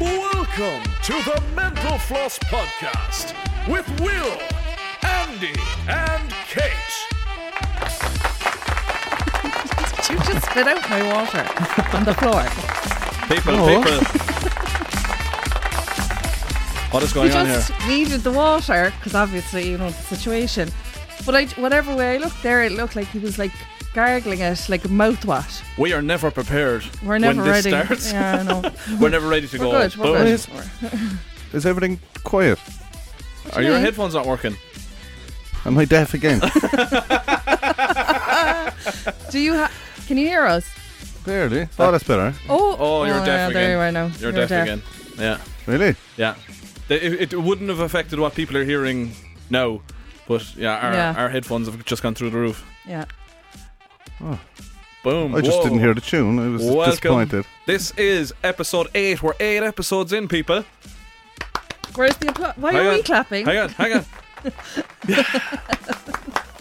Welcome to the Mental Floss Podcast with Will, Andy, and Kate. Did you just spit out my water on the floor? People, people. what is You going on here? just needed the water because obviously you know the situation. But I, whatever way I looked there, it looked like he was like gargling it like a mouthwash. We are never prepared. We're never when this ready. starts. Yeah, I know. We're never ready to We're go. good. We're Boom. good. is- Is everything quiet? Are your mean? headphones not working? Am I deaf again? Do you ha- can you hear us? Barely. Oh, that's better. Oh, Oh, you're deaf yeah, again. There you are now. You're, deaf, again. Yeah, Really? yeah. They- It, it wouldn't have affected what people are hearing now, but yeah, our, Yeah. our headphones have just gone through the roof. Yeah. Boom. I just Whoa. didn't hear the tune. I was Welcome. disappointed. This is episode eight. We're eight episodes in, people. Where's the applause? Why Hang are on. we clapping? Hang on, hang on.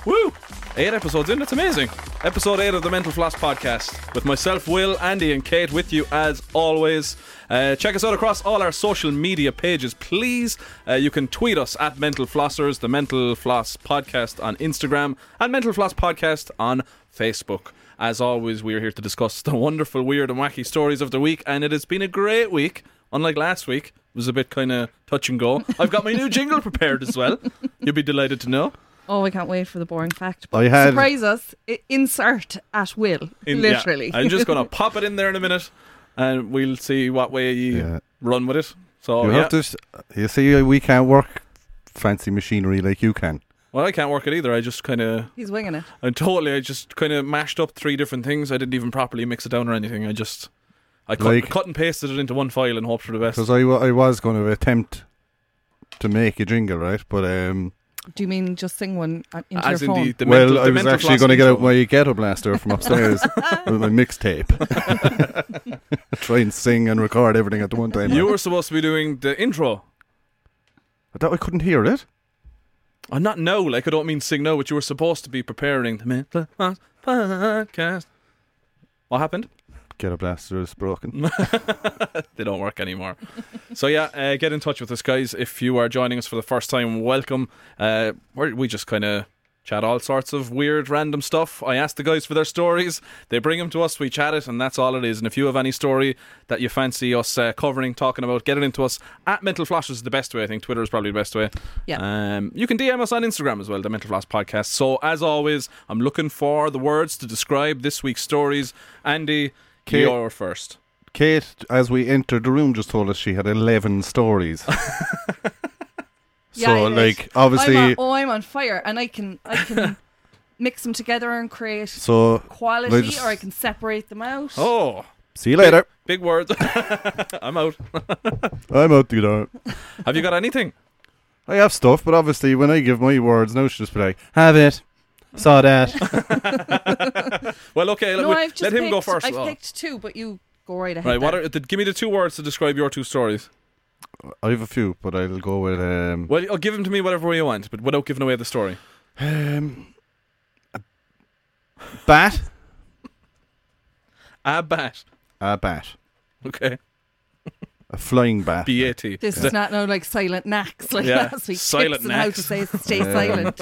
Woo! Eight episodes in, it's amazing. Episode eight of the Mental Floss podcast with myself, Will, Andy, and Kate with you as always. Uh, check us out across all our social media pages, please. Uh, you can tweet us at Mental Flossers, the Mental Floss podcast on Instagram, and Mental Floss podcast on Facebook. As always, we are here to discuss the wonderful, weird, and wacky stories of the week, and it has been a great week. Unlike last week, it was a bit kind of touch and go. I've got my new jingle prepared as well. You'll be delighted to know. Oh, I can't wait for the boring fact. I had- Surprise us. I- insert at will. In- yeah. literally. I'm just going to pop it in there in a minute, and we'll see what way you Yeah. run with it. So you yeah. have to. s- You see, we can't work fancy machinery like you can. Well, I can't work it either. I just kind of, He's winging it. I totally, I just kind of mashed up three different things. I didn't even properly mix it down or anything. I just, I cut, Like- cut and pasted it into one file and hoped for the best. Because I, wa- I was going to attempt to make a jingle, right? But um, Do you mean just sing one uh, into As your in phone? the, the well, mental, I was actually going to get out my ghetto blaster from upstairs with my mixtape. Try and sing and record everything at the one time. You were supposed to be doing the intro. I thought I couldn't hear it. I'm Uh, not no, like I don't mean sing no, but you were supposed to be preparing the mental Floss podcast. What happened? Ghetto blaster is broken. they don't work anymore. so yeah, uh, get in touch with us, guys. If you are joining us for the first time, welcome. Uh, we're, we just kind of chat all sorts of weird, random stuff. I ask the guys for their stories. They bring them to us. We chat it, and that's all it is. And if you have any story that you fancy us uh, covering, talking about, get it into us at Mental Floss is the best way. I think Twitter is probably the best way. Yeah. Um, you can DM us on Instagram as well, the Mental Floss Podcast. So as always, I'm looking for the words to describe this week's stories. Andy, Kate- you're first. Kate, as we entered the room, just told us she had 11 stories. Yeah, so, I did. like, obviously, I'm on, oh, I'm on fire, and I can I can mix them together and create so quality, just- or I can separate them out. Oh. see you later. Big words. I'm out. I'm out, you know. Have you got anything? I have stuff, but obviously, when I give my words, now she'll just be like, have it. Saw that. Well, okay. let, no, we- I've just let him picked, go 1st I've picked two, but you go right ahead. right. What then. are, th- give me the two words to describe your two stories. I have a few, but I'll go with. Um, Well, oh, give them to me whatever way you want, but without giving away the story. um a bat? A bat. A bat. Okay. A flying bat. B A T. this is not no like silent knacks like Yeah, last week. Tips silent on how to knacks. say stay Um, silent.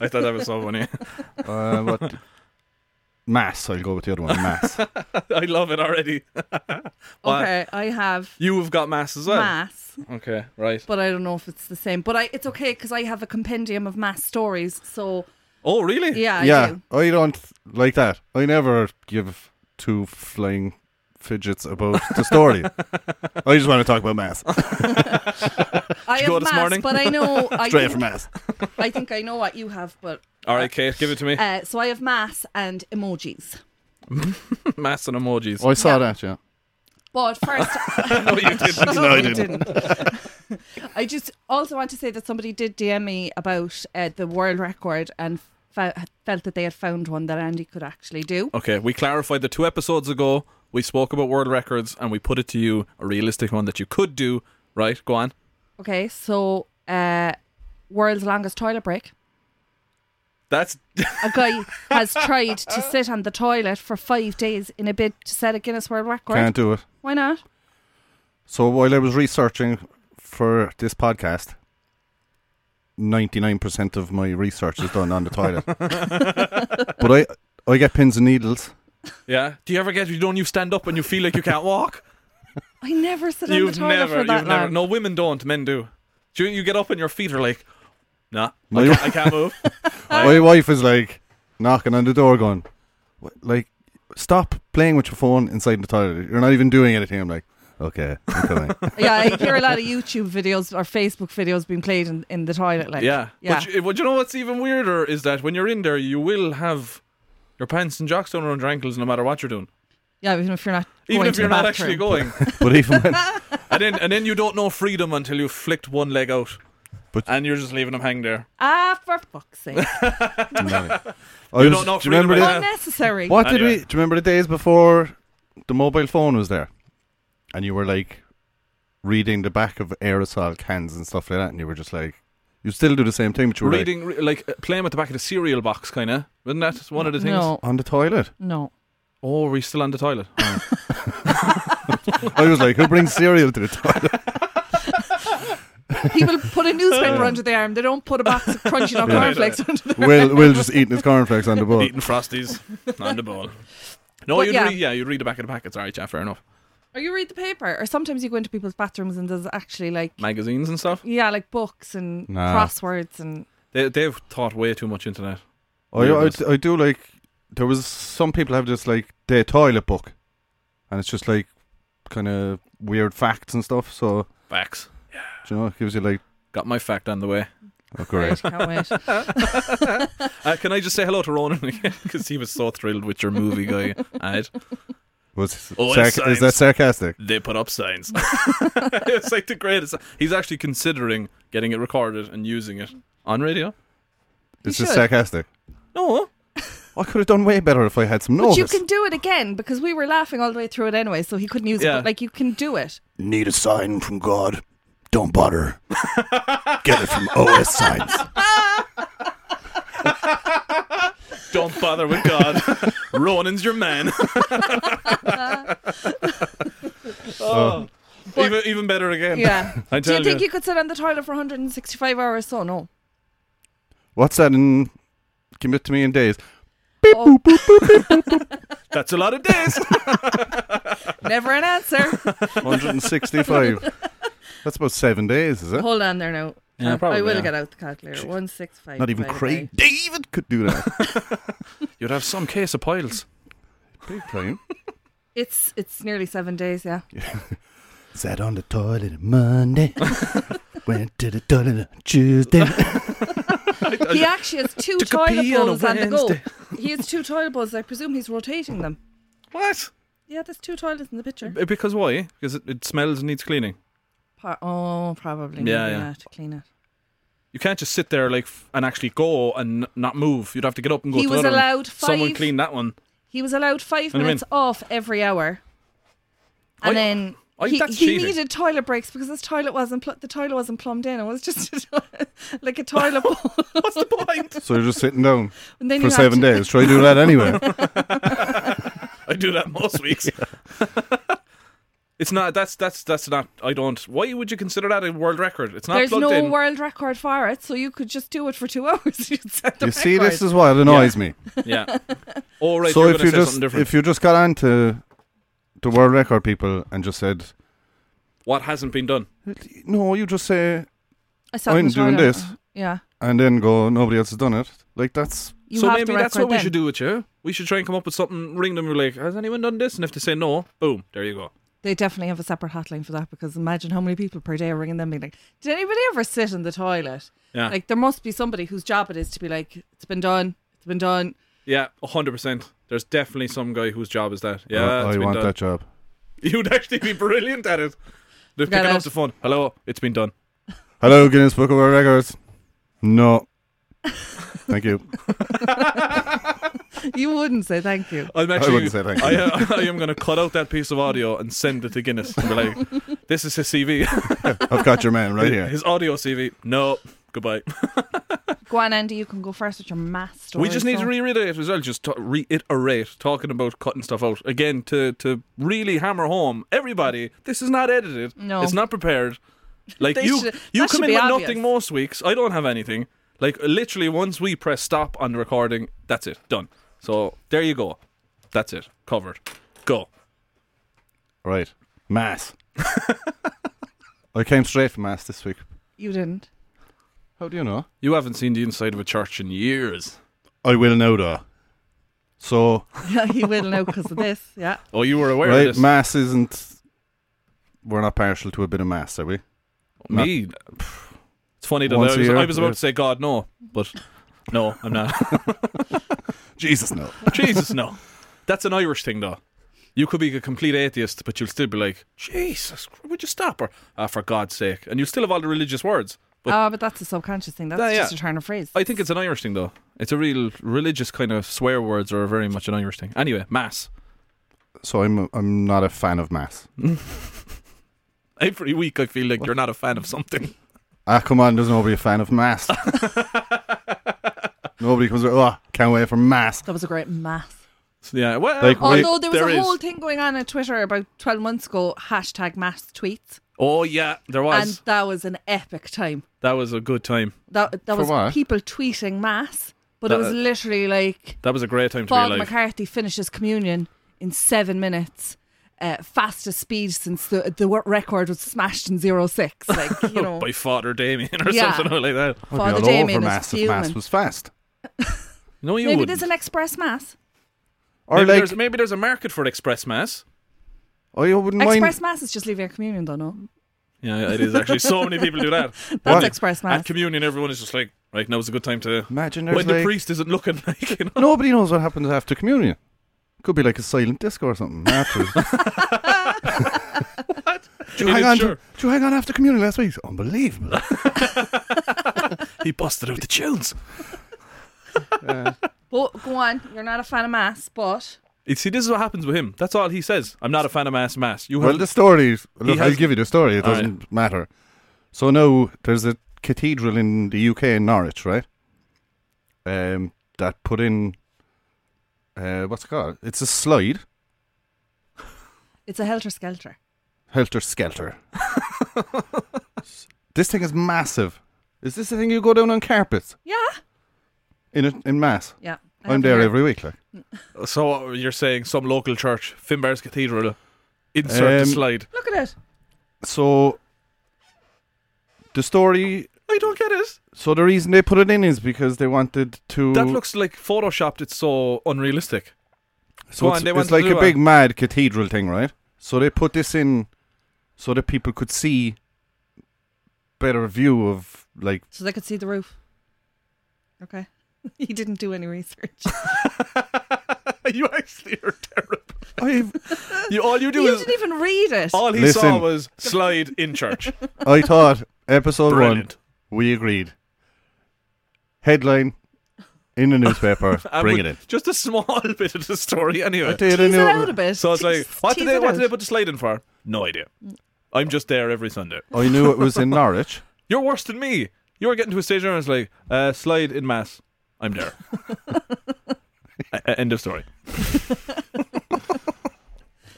I thought that was so funny. Uh, what? Mass. I'll go with the other one. Mass. I love it already. Why? Okay, I have You have got mass as well. mass, Okay. Right. but I don't know if it's the same. But I it's okay because I have a compendium of mass stories. So Oh, really? yeah, I yeah, do. I don't like that. I never give two flying fidgets about the story. I just want to talk about mass. I you go have this mass, morning? but I know I Straight think, from mass. I think I know what you have. But All right, Kate. Give it to me. uh, so I have mass and emojis. mass and emojis. I saw that, yeah. But first, no, you didn't. no, I didn't. I just also want to say that somebody did DM me about uh, the world record and fou- felt that they had found one that Andy could actually do. Okay, we clarified the two episodes ago. We spoke about world records and we put it to you a realistic one that you could do. Right, go on. Okay, so uh, world's longest toilet break. That's A guy has tried to sit on the toilet for five days in a bid to set a Guinness World Record. Can't do it. Why not? So while I was researching for this podcast, 99% of my research is done on the toilet. but I I get pins and needles. yeah. Do you ever get? Don't you stand up when you feel like you can't walk? I never sit on the you've toilet never. for that You've long. never. No, women don't. Men do. Do you, you get up and your feet are like, nah, My, I can't, I can't move. my wife is like knocking on the door going, "What- like, stop playing with your phone inside the toilet. You're not even doing anything. I'm like, okay, I'm coming. yeah, I hear a lot of YouTube videos or Facebook videos being played in, in the toilet. Like, Yeah. yeah. But you, but you know what's even weirder is that when you're in there, you will have your pants and jocks down around your ankles no matter what you're doing. yeah, even if you're not, Even going if to you're the not bathroom. actually going. but even when, and then and then you don't know freedom until you've flicked one leg out. But- and you're just leaving them hang there. Ah, for fuck's sake! I You was- don't know do you remember freedom the, Yeah. Unnecessary. What did Anyway. we? Do you remember the days before the mobile phone was there, and you were like reading the back of aerosol cans and stuff like that, and you were just like, you still do the same thing, but you were like, Reading, re- like uh, playing with the back of the cereal box, kind of. Isn't that one of the things? No, on the toilet. no. Oh, are we still on the toilet? I was like, who brings cereal to the toilet? People put a newspaper under their arm. They don't put a box of crunchy nut Yeah. cornflakes under their Will Will just eating his cornflakes on the boat. Eating frosties on the ball. No, But you'd yeah. read, yeah, you'd read the back of the packets. All right, yeah, fair enough. Or you read the paper, or sometimes you go into people's bathrooms and there's actually like Magazines and stuff. yeah, like books and Nah. crosswords and They, they've thought way too much into that. I, I I do like. There was some people have this like their toilet book, and it's just like kind of weird facts and stuff. So Facts. do you know, it gives you like, Got my fact on the way. oh great. Right, can't wait. Uh, can I just say hello to Ronan again? Because he was so thrilled with your movie guy ad. Was Oh, sarc- it's is science. that sarcastic? They put up signs. it's like the greatest. He's actually considering getting it recorded and using it on radio. It's You just should. sarcastic. No. I could have done way better if I had some But notice. you can do it again because we were laughing all the way through it anyway, so he couldn't use Yeah. it. But like you can do it. Need a sign from God? Don't bother. Get it from OS Signs. Don't bother with God. Ronan's your man. Oh. even, even better again. Yeah. I do tell you think you could sit on the toilet for 165 hours? So no. What's that in commit to me in days? Oh, that's a lot of days. never an answer. 165. That's about seven days, is it? Hold on there now. Yeah, I- probably, I will yeah. get out the calculator. 165. Not even divided Craig David could do that. You'd have some case of piles. Big time. by- It's it's nearly seven days. Yeah. Sat on the toilet on Monday. Went to the toilet on Tuesday. Uh, He actually has two Took a toilet pee on a bowls on the go. Wednesday. He has two toilet bowls. I presume he's rotating them. What? Yeah, there's two toilets in the picture. B- Because why? Because it, it smells and needs cleaning. Par- oh, probably. Yeah, Yeah, yeah. To clean it. You can't just sit there like f- and actually go and n- not move. You'd have to get up and go He to was another one. allowed five- Someone clean that one. He was allowed five What do you minutes mean? off every hour, and I- then. I- he, Oh, that's he cheating. needed toilet breaks because his toilet wasn't pl- the toilet wasn't plumbed in. It was just a toilet, like a toilet bowl. What's the point? So you're just sitting down And then for you had seven to- days. Try doing that anyway. I do that most weeks. it's not. That's that's that's not. I don't. Why would you consider that a world record? It's not There's plugged no in. world record for it, so you could just do it for two hours. You'd set the You see, record. this is what annoys me. yeah. All right. so you're if gonna you say just something different. if you just got on to the world record people and just said, what hasn't been done? no, you just say, I sat in I'm the doing toilet. this. Yeah, and then go, nobody else has done it. Like that's you so have maybe the that's what record we then. should do with you. We should try and come up with something. Ring them. You're like, has anyone done this? And if they say no, boom, there you go. They definitely have a separate hotline for that because imagine how many people per day are ringing them being like, "Did anybody ever sit in the toilet?" Yeah. Like there must be somebody whose job it is to be like, "It's been done. It's been done." Yeah, hundred percent. There's definitely some guy whose job is that. Yeah, I- it's I been want done. that job. You'd actually be brilliant at it. They're Forget picking up it. the phone. Hello, it's been done. Hello, Guinness Book of World Records. No. Thank you. You wouldn't say thank you. I'm actually. I wouldn't say thank you. I, uh, I am going to cut out that piece of audio and send it to Guinness and be like, "This is his CV, I've got your man right here. his audio CV." No, goodbye. Go on, Andy. You can go first with your mass story. We just need so- to reiterate as well, just to reiterate, talking about cutting stuff out again to to really hammer home everybody. This is not edited. No. it's not prepared. Like They you, should- you that come should in be with obvious. nothing most weeks. I don't have anything. Like literally, once we press stop on the recording, that's it, done. So there you go. That's it, covered. Go. Right. Mass. I came straight from Mass this week. You didn't. How do you know? You haven't seen the inside of a church in years. I will know though. So he will now because of this. Yeah. Oh, you were aware right, of this. mass isn't. We're not partial to a bit of mass, are we? Me. pff, It's funny that I Once was, a year, I was about yeah. to say God no, but no, I'm not. Jesus no. Jesus, no. That's an Irish thing, though. You could be a complete atheist, but you'll still be like, Jesus, Christ, would you stop? Or, ah, for God's sake. And you'll still have all the religious words. But Oh, but that's a subconscious thing. That's Yeah, yeah. just a turn of phrase. Oh, I think it's an Irish thing, though. It's a real religious kind of swear words are very much an Irish thing. Anyway, Mass. So I'm I'm not a fan of mass. Every week I feel like you're not a fan of something. Ah, come on, there's nobody a fan of mass. nobody comes. Oh, can't wait for mass. That was a great mass. So, yeah, well, Like, wait- Although there was there a is. whole thing going on on Twitter about 12 months ago, hashtag mass tweets. oh, yeah, there was. And that was an epic time. that was a good time. That, that For was what? uh, people tweeting mass, but it That- was literally like That was a great time to Paul be alive. McCarthy finishes communion in seven minutes. Uh, fastest speed since the the wor- record was smashed in zero six. Like you know, By Father Damien or Yeah. something like that. I'd be Father all Damien over is mass if fuming. mass was fast. No, you Maybe wouldn't. there's an express mass. Or maybe, like, there's, maybe there's a market for Express Mass. I wouldn't mind. Express mass is just leaving a communion, though. No, Yeah, it is actually. So many people do that. that's What? express mass. At communion, everyone is just like, right now's a good time to. Imagine there's When the like- priest isn't looking, like you know. Nobody knows what happens after communion. Could be like a silent disco or something. Afterwards. Did you It hang is on? sure. To, did you hang on after communion last week? Unbelievable. He busted out the tunes. Well, go on. You're not a fan of mass, but You see, this is what happens with him. That's all he says. I'm not a fan of mass. Mass. You Well, have the story. Look, I'll has- give you the story. It All right. doesn't matter. So now there's a cathedral in the UK in Norwich, right? Um, that put in. Uh, what's it called? It's a slide. it's a helter skelter. Helter skelter. this thing is massive. Is this the thing you go down on carpets Yeah, in a, in mass? yeah. I I'm haven't there heard. every week, like. so you're saying some local church, Finbar's Cathedral, insert Um, the slide. Look at it. So the story. I don't get it. So the reason they put it in is because they wanted to. That looks like photoshopped. It's so unrealistic. So Go it's, on, they it's want to like do a a- big mad cathedral thing, right? So they put this in so that people could see better view of like So they could see the roof. Okay. he didn't do any research. you actually are terrible. I You all you do you is didn't even read it. all he saw Listen. was slide in church. I thought episode Brilliant. one we agreed. Headline in the newspaper, And bring it with in. Just a small bit of the story, anyway. They had a Tease it new- out a bit. So it's like, Tease- what did tease they it what did they out. put the slide in for? No idea. I'm just there every Sunday. I knew it was in Norwich. You're worse than me. You're getting to a stage where it's like, uh, slide in mass. I'm there. A- a- End of story.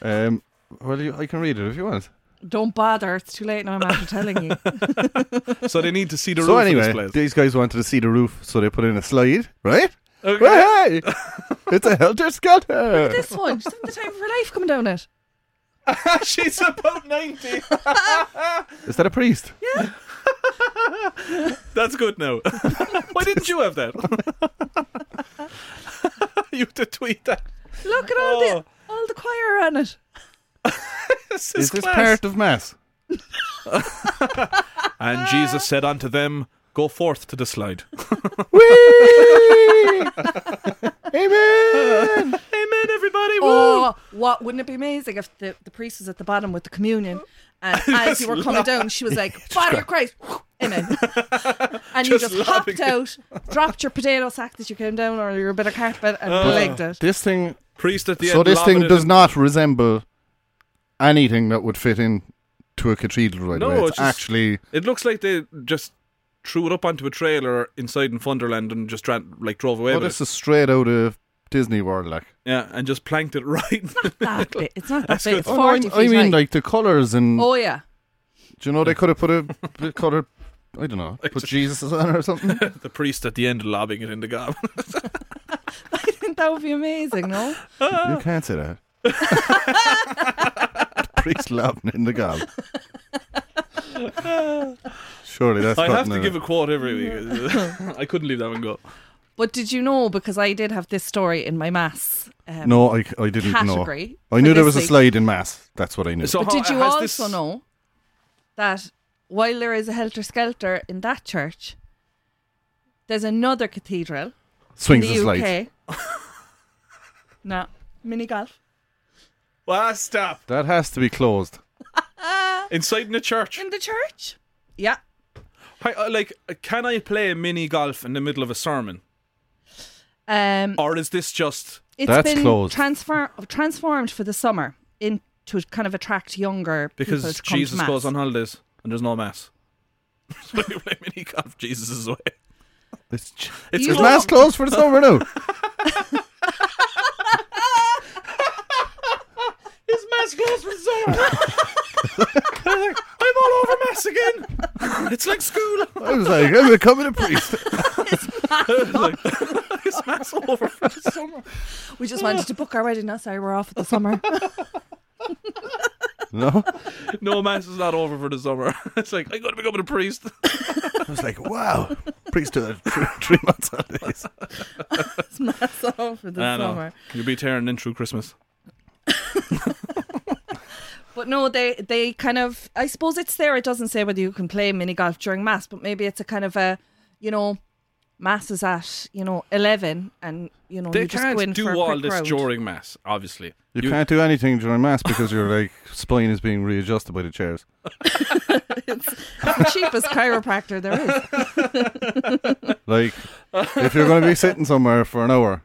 Um, well, you, I can read it if you want. Don't bother. It's too late now. I'm after telling you. So they need to see the so roof of anyway, this place. these guys wanted to see the roof, so they put in a slide, right? Okay. Hey, it's a helter skelter. this one, she's having the time of her life coming down it. She's about ninety. Is that a priest? That's good now. Why didn't you have that? you have to tweet that. Look at all Oh. the all the choir on it. This Is is this class. part of mass? And Jesus said unto them, Go forth to the slide. Whee! Amen. Amen, everybody. Woo! Oh, what wouldn't it be amazing if the, the priest was at the bottom with the communion, and as you were coming down, she was like, "Father of Christ, amen," and you Just just hopped laughing. out, dropped your potato sack that you came down, or your bit of carpet, and Oh. legged it. This thing. Priest at the so end. this lobbing thing it does in. not resemble anything that would fit in to a cathedral. Right No, away. It's, it's just- actually It looks like they just threw it up onto a trailer inside in Funderland and just tran like drove away Oh, with this it. is straight out of Disney World, like. Yeah, and just planked it right. in the That bit. It's not that That's big. good. It's Oh, no, I- 40 feet I, mean, high. like the colors and Oh, yeah. do you know they could have put a could have I don't know put just- Jesus on it or something. the priest at the end lobbing it in the gob. that would be amazing, no? Oh. you can't say that. priest laughing in the gob. Surely that's I have cutting to it give a quote every week. I couldn't leave that one go. But did you know? Because I did have this story in my mass. Um, No, I, I didn't category. know. I knew for there this was a week. slide in mass. That's what I knew. So But ho- did you has also this- know that while there is a helter skelter in that church, there's another cathedral in Swings and the slides. UK. no, mini golf. Ah, stop. That has to be closed. Inside in the church. In the church? Yeah. Hi, uh, like, uh, can I play mini golf in the middle of a sermon? Um, Or is this just. it's That's been closed. transfer- transformed for the summer in to kind of attract younger people Because to come Jesus to mass. goes on holidays and there's no mass. so you play mini golf Jesus is away. It's, ch- It's You is closed. know- mass closed for the summer now? His mass goes for summer. I'm all over mass again. It's like school. I was like, I'm becoming a priest. His mass over for summer. We just wanted to book our wedding. No, sorry, we're off for the summer. No, No, mass is not over for the summer. It's like I got to become a priest. I was like, wow, priesthood three, three months on this. it's mass off for the I know. summer. You'll be tearing in through Christmas. But no, they they kind of I suppose it's there. It doesn't say whether you can play mini golf during mass, but maybe it's a kind of a you know mass is at you know eleven, and you know They Oh, you just go in can't for do a all quick this round. during mass, obviously. You, can't do anything during mass because your like spine is being readjusted by the chairs. The cheapest chiropractor there is. Like, if you're going to be sitting somewhere for an hour,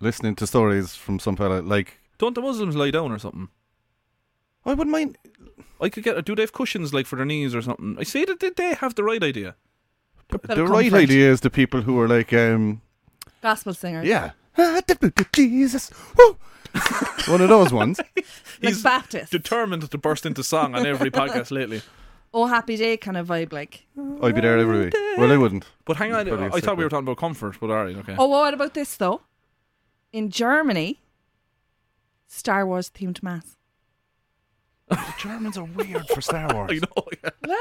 listening to stories from some fella, like Don't the Muslims lie down or something? I wouldn't mind. I could get. Do they have cushions like for their knees or something? I see that they- they have the right idea. bit the of right comfort. idea is the people who are like, um, Gospel singer, yeah, Ah, the boot of Jesus, Woo! one of those ones. like He's Baptist. determined to burst into song on every podcast lately. oh, happy day kind of vibe. Like, I'd be there every week. Well, I wouldn't. But hang on, Probably I thought we separate. were talking about comfort, but alright, okay. oh, well, what about this though? In Germany, Star Wars themed mass. The Germans are weird for Star Wars. I know. yeah. Yeah.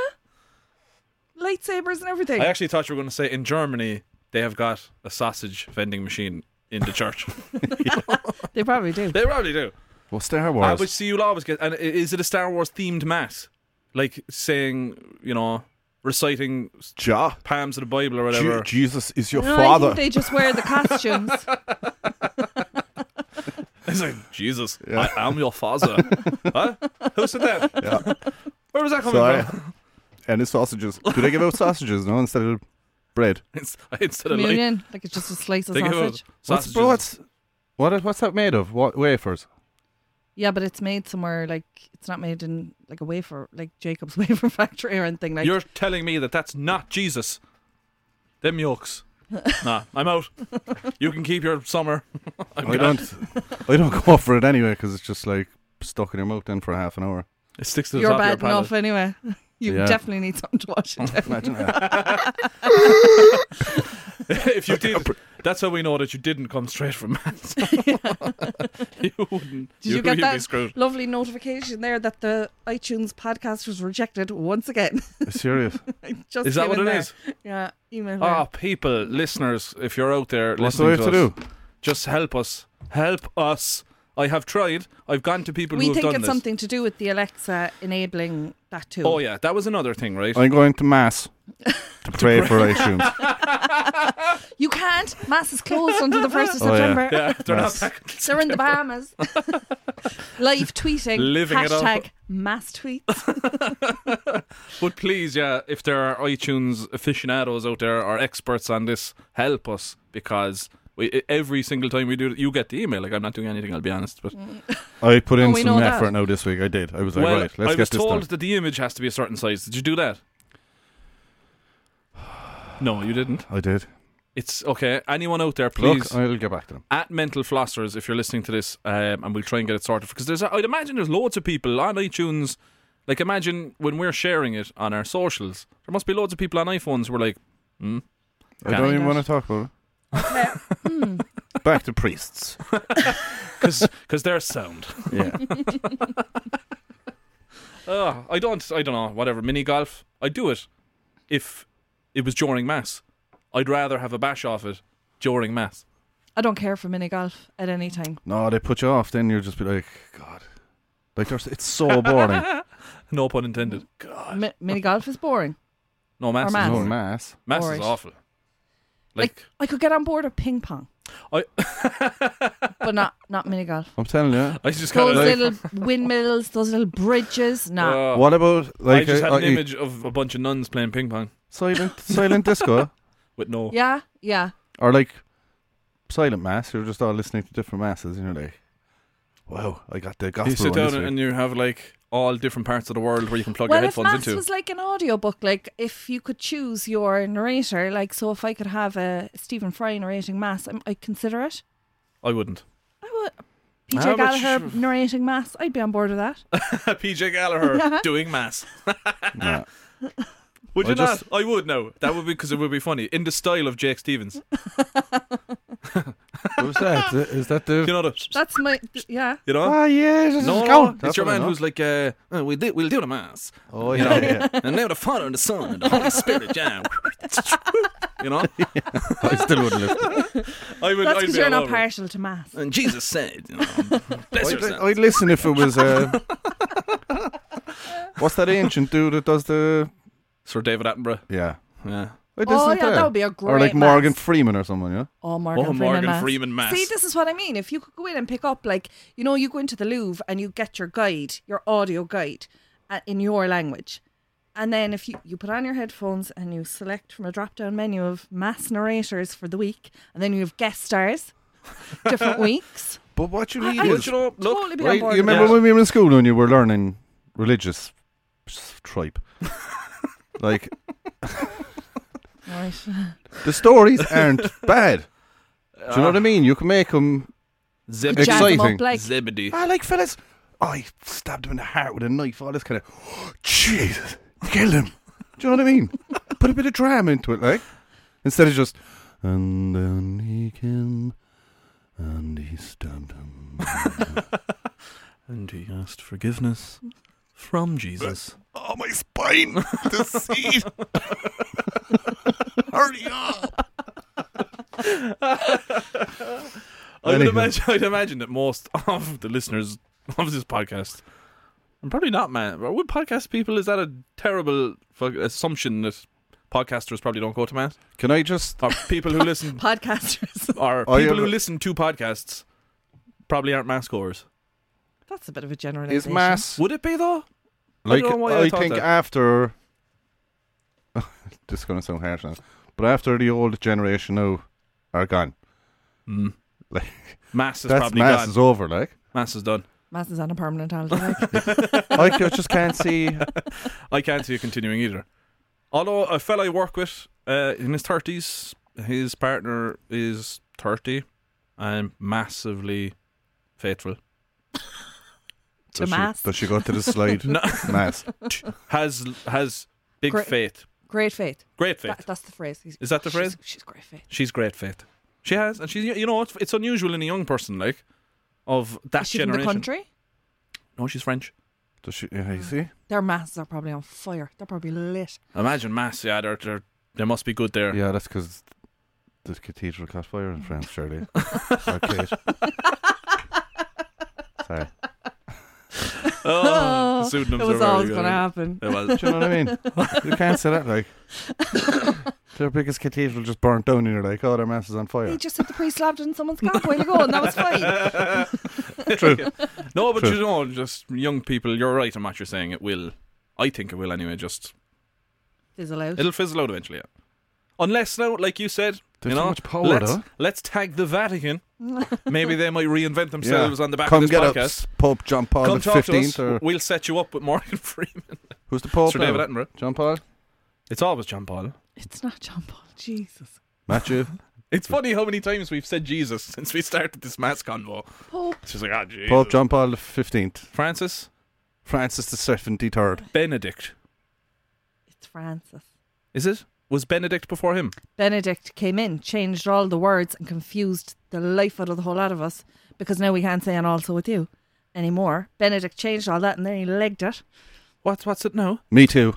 Lightsabers and everything. I actually thought you were going to say in Germany they have got a sausage vending machine in the church. they probably do. they probably do. Well, Star I Wars. would see you'll always get. And i- is it a Star Wars themed mass? Like saying, you know, reciting s- Ja. palms of the Bible or Je- whatever. Jesus is your No, I father. think they just wear the costumes. It's like Jesus, Yeah. I am your father. huh? Who said that? Yeah. Where was that coming Sorry. from? and his sausages. Do they give out sausages no instead of bread? It's- Instead of like, communion, like it's just a slice of they give out sausage. What's sausages. bro, what's what, what's that made of? What wafers? Yeah, but it's made somewhere like it's not made in like a wafer, like Jacob's wafer factory or anything like. You're telling me that that's not Jesus. Them yolks. nah, I'm out. You can keep your summer. I'm I gone. don't. I don't go for it anyway because it's just like stuck in your mouth then for half an hour. It sticks to the You're top bad of your palate. enough anyway. You Yeah. definitely need something to wash it down. Imagine that. if you did, that's how we know that you didn't come straight from mass. you wouldn't. Did you, get would be that screwed. lovely notification there that the iTunes podcast was rejected once again? Serious. It just Is that came what in it there. is? Yeah, email. there. Ah, people, listeners, if you're out there What's the listening way to do? us, just help us. Help us. I have tried. I've gone to people we who have think done it's this. something to do with the Alexa enabling that tool. Oh yeah, that was another thing, right? I'm going to mass to pray for iTunes. You can't. Mass is closed until the first of Oh, yeah. September. yeah, they're not Yes. back. They're in the Bahamas. Live tweeting. Living it up. hashtag mass tweets. But please, yeah, if there are iTunes aficionados out there or experts on this, help us because we, e, every single time we do it, you get the email. Like I'm not doing anything. I'll be honest, but I put in Oh, we know some that. effort now this week. I did. I was like, well, right, I let's was get this told done. that the image has to be a certain size. Did you do that? No, you didn't. I did. It's okay. Anyone out there, please. Look, I'll get back to them. at mental flossers, if you're listening to this, um, and we'll try and get it sorted because there's, I'd imagine there's loads of people on iTunes. Like, imagine when we're sharing it on our socials, there must be loads of people on iPhones who are like, hmm, I don't Okay. even want to talk about Yeah. Hmm. it. Back to priests. because they're sound. Yeah. Uh, I don't. I don't know. Whatever. Mini golf. I'd do it if it was during mass. I'd rather have a bash off it during mass. I don't care for mini golf at any time. no, they put you off. Then you'll just be like, God. Like, there's, it's so boring. No pun intended. Mi- mini golf is boring. No mass. Or is mass. no boring. mass. mass is Boring. awful. Like, Like, I could get on board with ping pong, I, but not not mini golf. I'm telling you. I just kind Those of like. little windmills, those little bridges. Nah, uh, What about like I just had uh, an uh, image of a bunch of nuns playing ping pong silent silent disco with no. yeah, yeah. or like silent mass? You're just all listening to different masses, and you're like, Wow, I got the gospel. You sit one down this week. and you have like all different parts of the world where you can plug Well, your if headphones maths into. was like an audiobook, like if you could choose your narrator, like so, if I could have a Stephen Fry narrating mass, I'm, I'd consider it. I wouldn't. I would. Ah, PJ but Gallagher sh- narrating mass, I'd be on board with that. PJ Gallagher doing mass. Nah. Would I you just- not? I would. No, that would be because it would be funny in the style of Jake Stevens. What was that? Is that the? You know the. That's my yeah. You know. ah yeah, this No, is no, going. it's your man who's like, uh, oh, we'll, do, we'll do the mass. Oh You yeah, know? yeah. And now the Father and the Son and the Holy Spirit, yeah. you know? I still wouldn't lift. it. I would, That's I'd because be you're all not over it. partial to mass. And Jesus said, you know, bless I'd, yourself. I'd listen if it was. Uh, what's that ancient dude that does the? Sir David Attenborough. Yeah. Yeah. I'd listen Oh to yeah, that would be a great. Or like mass. Morgan Freeman or someone, yeah. Oh, Morgan, oh, Freeman, Morgan mass. Freeman mass. See, this is what I mean. If you could go in and pick up, like, you know, you go into the Louvre and you get your guide, your audio guide, uh, in your language. And then if you, you put on your headphones and you select from a drop down menu of mass narrators for the week, and then you have guest stars, different weeks. But what you I- need I is would you know, look, totally be Right, on board. you with remember that. when we were in school and you were learning religious s- tripe? like, Right. the stories aren't bad. Do Ah. you know what I mean? You can make them. Zeb- Ex- Jazz 'em Exciting. Up, like, Zebedee. I like fellas. I stabbed him in the heart with a knife, all this kind of. Jesus! Kill him! Do you know what I mean? Put a bit of drama into it, like. Instead of just. And then he came and he stabbed him. And he asked forgiveness from Jesus. oh, my spine! The seed! Hurry up! I would Anywho. imagine, I'd imagine that most of the listeners of this podcast, and probably not, man. Would podcast people, is that a terrible fuck, assumption that podcasters probably don't go to mass? Can I just Or people who listen, Podcasters. or I people have who a- listen to podcasts probably aren't mass goers. That's a bit of a generalization. is mass Would it be though? like I don't know why I I, thought think that. after this is gonna sound harsh now, but after the old generation now are gone, Mm. Like, mass is Hmm. that's probably mass gone. is over. Like mass is done. Mass is on a permanent holiday. Like. I c- I just can't see. I can't see it continuing either. Although a fella I work with uh, in his thirties, his partner is thirty and massively faithful. Does she, mass. does she go to the slide? No. Mass. Has has big Great- faith, great faith. great faith. That, that's the phrase. He's- Is that the she's- phrase? She's great faith. she's great faith. She has, and she's you know it's, it's unusual in a young person like of that Is she from generation. the country? No, she's French. Does she? Yeah, you see? Their masses are probably on fire. They're probably lit. Imagine mass. Yeah, they're, they're, they must be good there. Yeah, that's because the cathedral caught fire in France, surely. okay. Sorry. Oh, the it pseudonyms was are very always good. going to happen. It was. Do you know what I mean? You can't say that. Like their biggest cathedral just burnt down, and you're like, oh, their mass is on He fire. just said the priest slapped it in someone's cap a while ago, and that was fine. True. No, but True. you know, just young people, you're right on what you're saying. It will. I think it will anyway, just. Fizzle out. It'll fizzle out eventually, yeah. Unless now, like you said, There's you so know, much power, let's, though. let's tag the Vatican. Maybe they might reinvent themselves on the back Come of this get podcast. us, Pope John Paul Come the talk to us. fifteenth, or We'll set you up with Morgan Freeman, who's the Pope? Sir David now? Attenborough. John Paul. It's always John Paul. It's not John Paul. Jesus. Matthew. It's funny how many times we've said Jesus since we started this mass convo. Pope. It's just like, ah, Jesus. Pope John Paul the fifteenth, Francis Francis the seventy third. Benedict. It's Francis. Is it? Was Benedict before him? Benedict came in, changed all the words, and confused the life out of the whole lot of us because now we can't say and also with you anymore. Benedict changed all that and then he legged it. What's what's it now? Me too.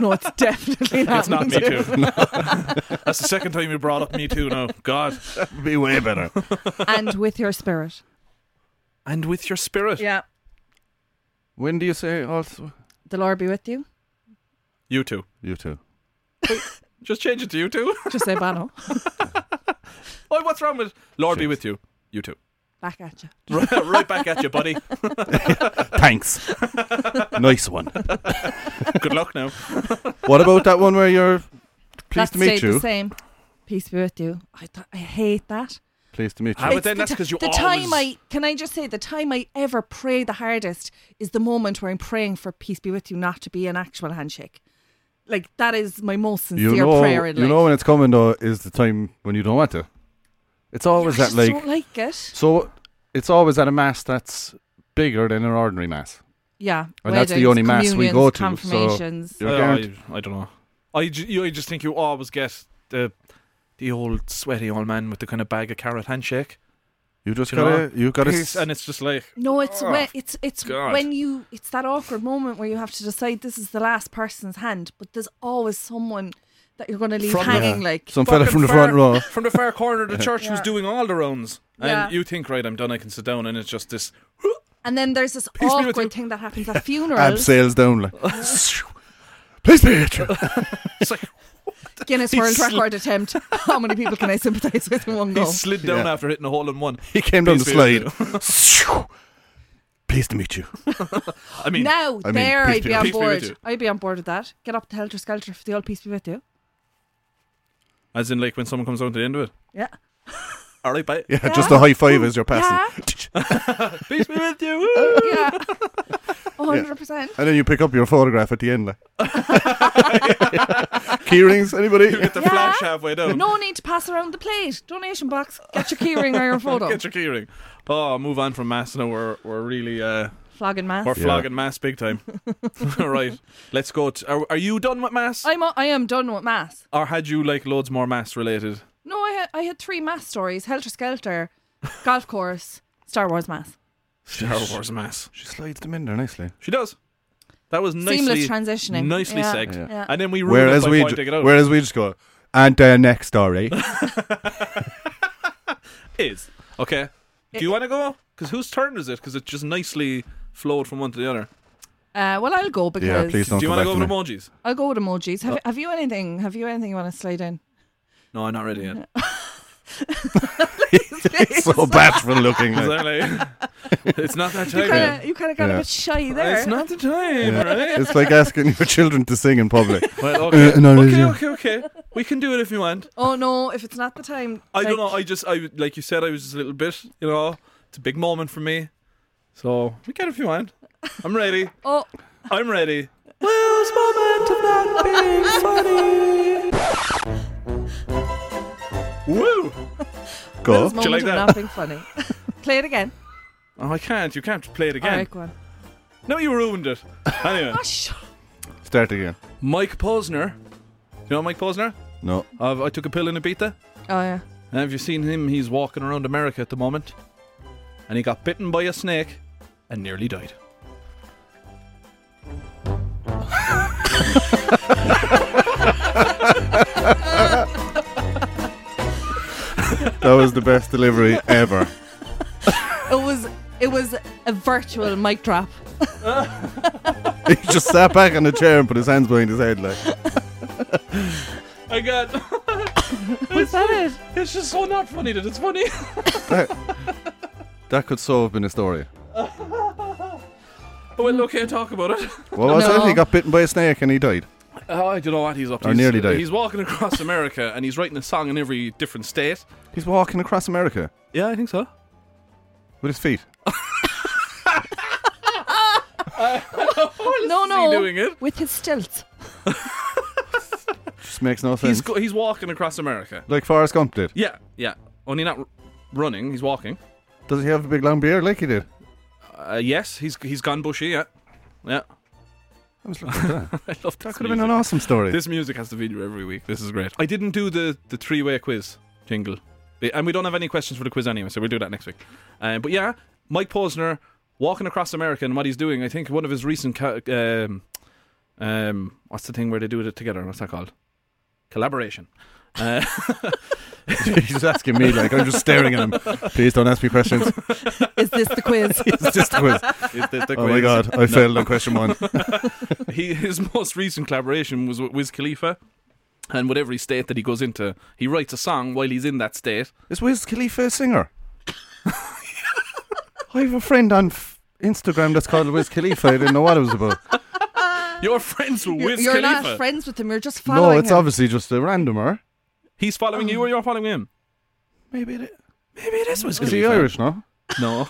No, it's definitely not. It's not me too. That's the second time you brought up me too now. God. Be way better. And with your spirit. And with your spirit. Yeah. when do you say also? The Lord be with you. You two. You too. Just change it to you two. Just say Bano. Oh, what's wrong with Lord be with you. You two. Back at you. Right, right back at you, buddy. Thanks. nice one. Good luck now. What about that one where you're that pleased to meet stayed the you? same. Peace be with you. I, th- I hate that. Pleased to meet Ah, you. but then the that's ti- because you the always. time I can I just say the time I ever pray the hardest is the moment where I'm praying for peace be with you, not to be an actual handshake. Like that is my most sincere You know, prayer in you life. know when it's coming though is the time when you don't want to. It's always I that just like don't like it. so. It's always at a mass that's bigger than an ordinary mass. Yeah, And that's the weddings, only mass we communions, go to, so- Confirmations. You're Oh, guarant- I, I don't know. I, ju- you, I just think you always get the the old sweaty old man with the kind of bag of carrot handshake. you just You know, gotta you gotta Peace, and it's just like No, it's when it's it's Ah, God. when you it's that awkward moment where you have to decide this is the last person's hand, but there's always someone that you're going to leave From- hanging. Like some fella fucking from the far- front row. from the far corner of the church who's Yeah. doing all the rounds, and Yeah. you think, right, I'm done. I can sit down, and it's just this. And then there's this Peace be with you. awkward thing that happens at Ab funerals. sails down like. Please be it. It's like Guinness He World sl- Record attempt. How many people can I sympathise with in one he go? slid down Yeah. after hitting a hole in one. He came down the Peace be slide. with you. Pleased to meet you. I mean, Now I mean, there, peace I'd be be on with you. Peace be with board. you. I'd be on board with that. Get up the helter skelter for the old peace be with you. as in, like when someone comes down to the end of it. Yeah. All right, bye. Yeah, just a high five as you're passing. Peace be with you. Woo. Yeah, hundred percent. And then you pick up your photograph at the end. Like. Key rings, anybody? Get the Yeah. flash halfway down. No need to pass around the plate. Donation box. Get your keyring or your photo. Get your keyring. Oh, move on from mass now. We're we're really uh, Flogging mass. we're flogging mass big time. right, let's go. To, are, are you done with mass, I'm. o- I am done with mass. or had you like loads more mass related? No, I had, I had three mass stories: helter skelter, golf course, Star Wars mass. Star Wars mass. She slides them in there nicely. She does. That was nicely Seamless transitioning. Nicely Yeah. segged. Yeah. And then we ruined Whereas it by we, pointing it ju- out. whereas we just go, and their next story. is. Okay. Do you want to go? Because whose turn is it? Because it just nicely flowed from one to the other. Uh, well, I'll go because please don't. Do you come want to go back to with me. emojis? I'll go with emojis. Uh, Have, have you anything? Have you anything you want to slide in? No, I'm not ready yet. so bashful looking. Is like. that like- it's not that time You kind yet. of you kind of got Yeah. a bit shy there. It's not the time, right? It's like asking your children to sing in public. Well, okay. Uh, no, no, okay, no. okay, okay. We can do it if you want. Oh no! If it's not the time, I don't like, know. I just, I like you said, I was just a little bit, you know, it's a big moment for me. So we can if you want. I'm ready. Oh, I'm ready. Woo! Go. Will's you moment like of that? not being funny. Play it again. Oh, I can't. You can't play it All again. right, go on. No, you ruined it. Anyway, Oh, sh- Start again. Mike Posner. You know Mike Posner? No. I've, I took a pill in Ibiza. oh yeah. And have you seen him? He's walking around America at the moment. And he got bitten by a snake and nearly died. That was the best delivery ever. It was it was a virtual mic drop. He just sat back on the chair and put his hands behind his head like. I got. Was that it? it's just so not funny that it's funny. That could so have been a story. but Oh, we'll okay talk about it. What was No. it? He got bitten by a snake and he died. Oh, I don't know what he's up to. Or he's, nearly died. He's walking across America and he's writing a song in every different state. He's walking across America Yeah, I think so. with his feet. No, Is he no. doing it? Oh. With his stilts. just makes no sense. He's go- he's walking across America. like Forrest Gump did. Yeah, yeah. Only not r- running. He's walking. Does he have a big long beard like he did? Uh, yes, he's he's gone bushy. Yeah, yeah. I was looking at that. I love this That could have been music. an awesome story. This music has to video every week. This is great. I didn't do the, the three way quiz jingle, Be- and we don't have any questions for the quiz anyway, so we'll do that next week. Uh, but yeah, Mike Posner walking across America and what he's doing. I think one of his recent ca- um, um, what's the thing where they do it together? What's that called? Collaboration. Uh, He's asking me, like, I'm just staring at him. Please don't ask me questions. Is this the quiz? It's just a quiz. Oh my god, I failed on question one. he his most recent collaboration was with Wiz Khalifa, and whatever state that he goes into, he writes a song while he's in that state. Is Wiz Khalifa a singer? I have a friend on f- Instagram that's called Wiz Khalifa. I didn't know what it was about. You're friends with You're, Wiz you're Khalifa. not friends with him. You're just following No, it's him. obviously just a randomer. He's following you, or you're following him. Maybe it is. Maybe it is Wiz Is he Irish, no? No.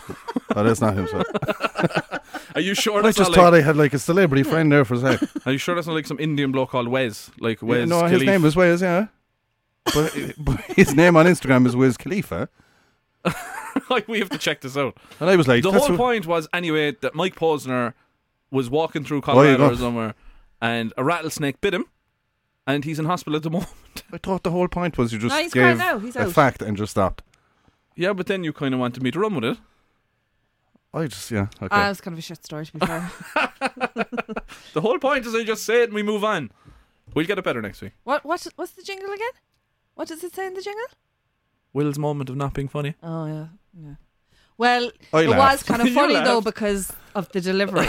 Oh, that's not him, sorry. Are you sure? I That's just not thought like, I had like a celebrity friend there for a sec. Are you sure that's not like some Indian bloke called Wes? Like Wes? Yeah, no, Khalif? his name is Wiz, yeah. But, but his name on Instagram is Wiz Khalifa. like we have to check this out. And I was like, The that's whole what- point was anyway that Mike Posner was walking through Oh, you Colorado go. or somewhere, and a rattlesnake bit him, and he's in hospital at the moment. I thought the whole point was you just No, he's gave crying out, he's a out. fact and just stopped. Yeah, but then you kind of wanted me to run with it. I just, yeah, okay. Ah, it was kind of a shit story to be fair. The whole point is I just say it and we move on. We'll get it better next week. what what what's the jingle again? What does it say in the jingle? Will's moment of not being funny. Oh yeah, yeah. Well, I it was laughed. kind of You funny though laughed. because of the delivery.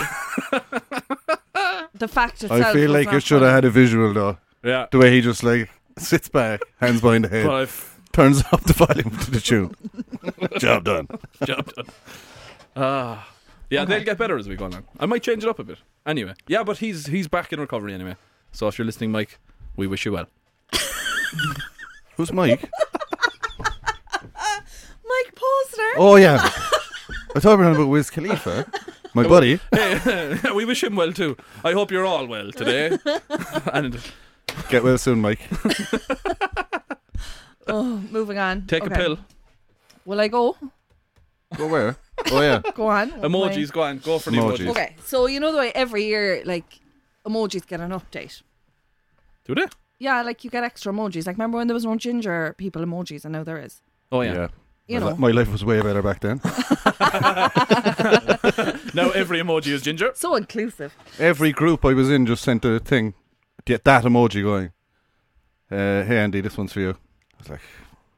the fact itself. I feel was like not it should have funny. had a visual though. Yeah. The way he just like sits back, hands behind the head, But I've turns up the volume to the tune. Job done. jumped. Ah. yeah, they'll get better as we go along. I might change it up a bit. Anyway. Yeah, but he's he's back in recovery anyway. So if you're listening, Mike, we wish you well. Who's Mike? Mike Posner. Oh yeah. I thought we were on about Wiz Khalifa, my buddy. Hey, we wish him well too. I hope you're all well today. and Get well soon, Mike. Oh, moving on. take Okay. a pill. Will I go? Go where? Oh yeah. Go on. with my- Emojis, go on, go for the Emojis. emojis. Okay, so you know the way every year, like emojis get an update. Do they? Yeah, like you get extra emojis. Like remember when there was no ginger people emojis, and now there is. Oh yeah. You My- know. My life was way better back then. Now every emoji is ginger. So inclusive. Every group I was in just sent a thing, get that emoji going. Uh, hey Andy, this one's for you. I was like,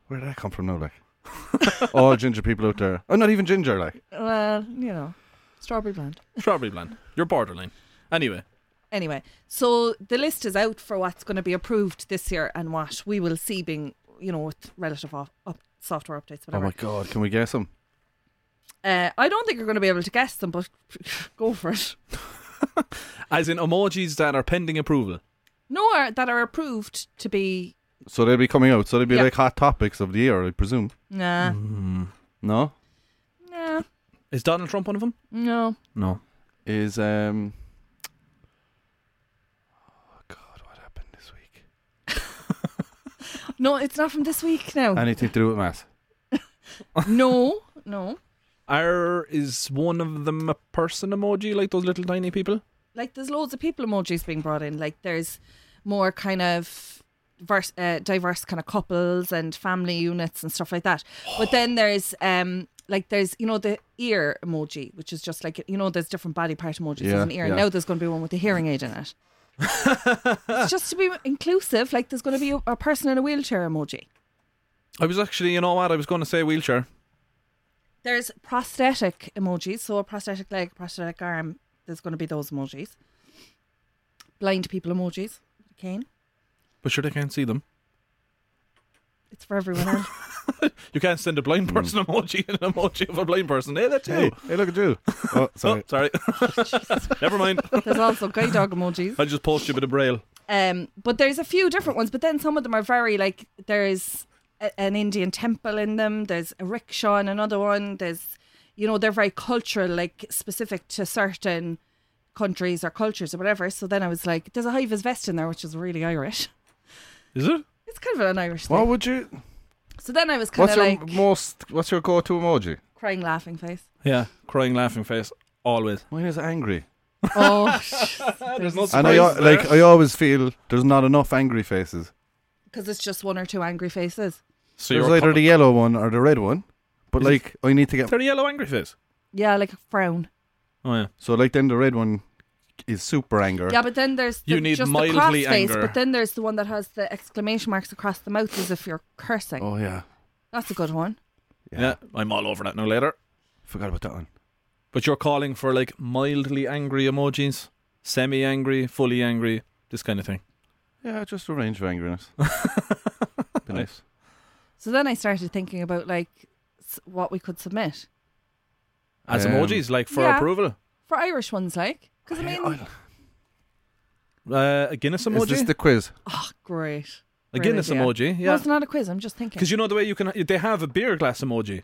where did that come from now? Like, all ginger people out there. Oh, not even ginger. Like, Well, you know, strawberry blonde. Strawberry blend. You're borderline. Anyway. Anyway, so the list is out for what's going to be approved this year and what we will see being, you know, with relative op- up, software updates, oh whatever. my god, can we guess them? uh, I don't think you're going to be able to guess them, but go for it. As in emojis that are pending approval. No, are, that are approved to be. So they'll be coming out. So they'll be Yeah. like hot topics of the year, I presume. Nah, No, nah, Is Donald Trump one of them? no. No. is um. Oh God, what happened this week? No, it's not from this week now. Anything to do with mass? no, no. Are is one of them a person emoji, like those little tiny people? Like, there's loads of people emojis being brought in. Like, there's more kind of vers- uh, diverse kind of couples and family units and stuff like that. But then there's um like there's you know the ear emoji, which is just like you know there's different body part emojis. Yeah, there's an ear. and yeah. Now there's going to be one with a hearing aid in it. it's just to be inclusive. Like there's going to be a, a person in a wheelchair emoji. I was actually, you know what, I was going to say wheelchair. There's prosthetic emojis, so a prosthetic leg, prosthetic arm. There's going to be those emojis. Blind people emojis. Cane. But sure, they can't see them. It's for everyone else. You can't send a blind person emoji and an emoji of a blind person. Hmm. Hey, that's Hey, you. hey, look at you. Oh, Oh, sorry. sorry. Never mind. There's also guide dog emojis. I'll just post you a bit of braille. Um, but there's a few different ones. But then some of them are very like there's a, an Indian temple in them. There's a rickshaw in another one. There's you know they're very cultural, like specific to certain countries or cultures or whatever. So then I was like, there's a high vis vest in there, which is really Irish. Is it? It's kind of an Irish thing. What would you? so then I was kind What's of your like most? What's your go-to emoji? crying, laughing face. Yeah. Crying, laughing face. Always. Mine is angry. Oh, There's no And I al- like. I always feel there's not enough angry faces. because it's just one or two angry faces. so There's you're either the yellow one or the red one. But Is it- like, I need to get They're the yellow angry face. Yeah, like a frown. Oh yeah. so like then the red one is super anger. Yeah, but then there's the, You need just the cross mildly face, anger. but then there's the one that has the exclamation marks across the mouth as if you're cursing. Oh yeah, That's a good one. yeah. I'm all over that now later. forgot about that one. But you're calling for like mildly angry emojis, semi angry, fully angry, this kind of thing. Yeah, just a range of angriness. Be nice. So then I started thinking about like s- what we could submit As Um, emojis, like for Yeah. approval. for Irish ones, like because I mean, Uh, a Guinness emoji. Is this the quiz? oh, great. a Great Guinness idea. emoji. No, Yeah. it's not a quiz. I'm just thinking. Because you know the way you can, they have a beer glass emoji.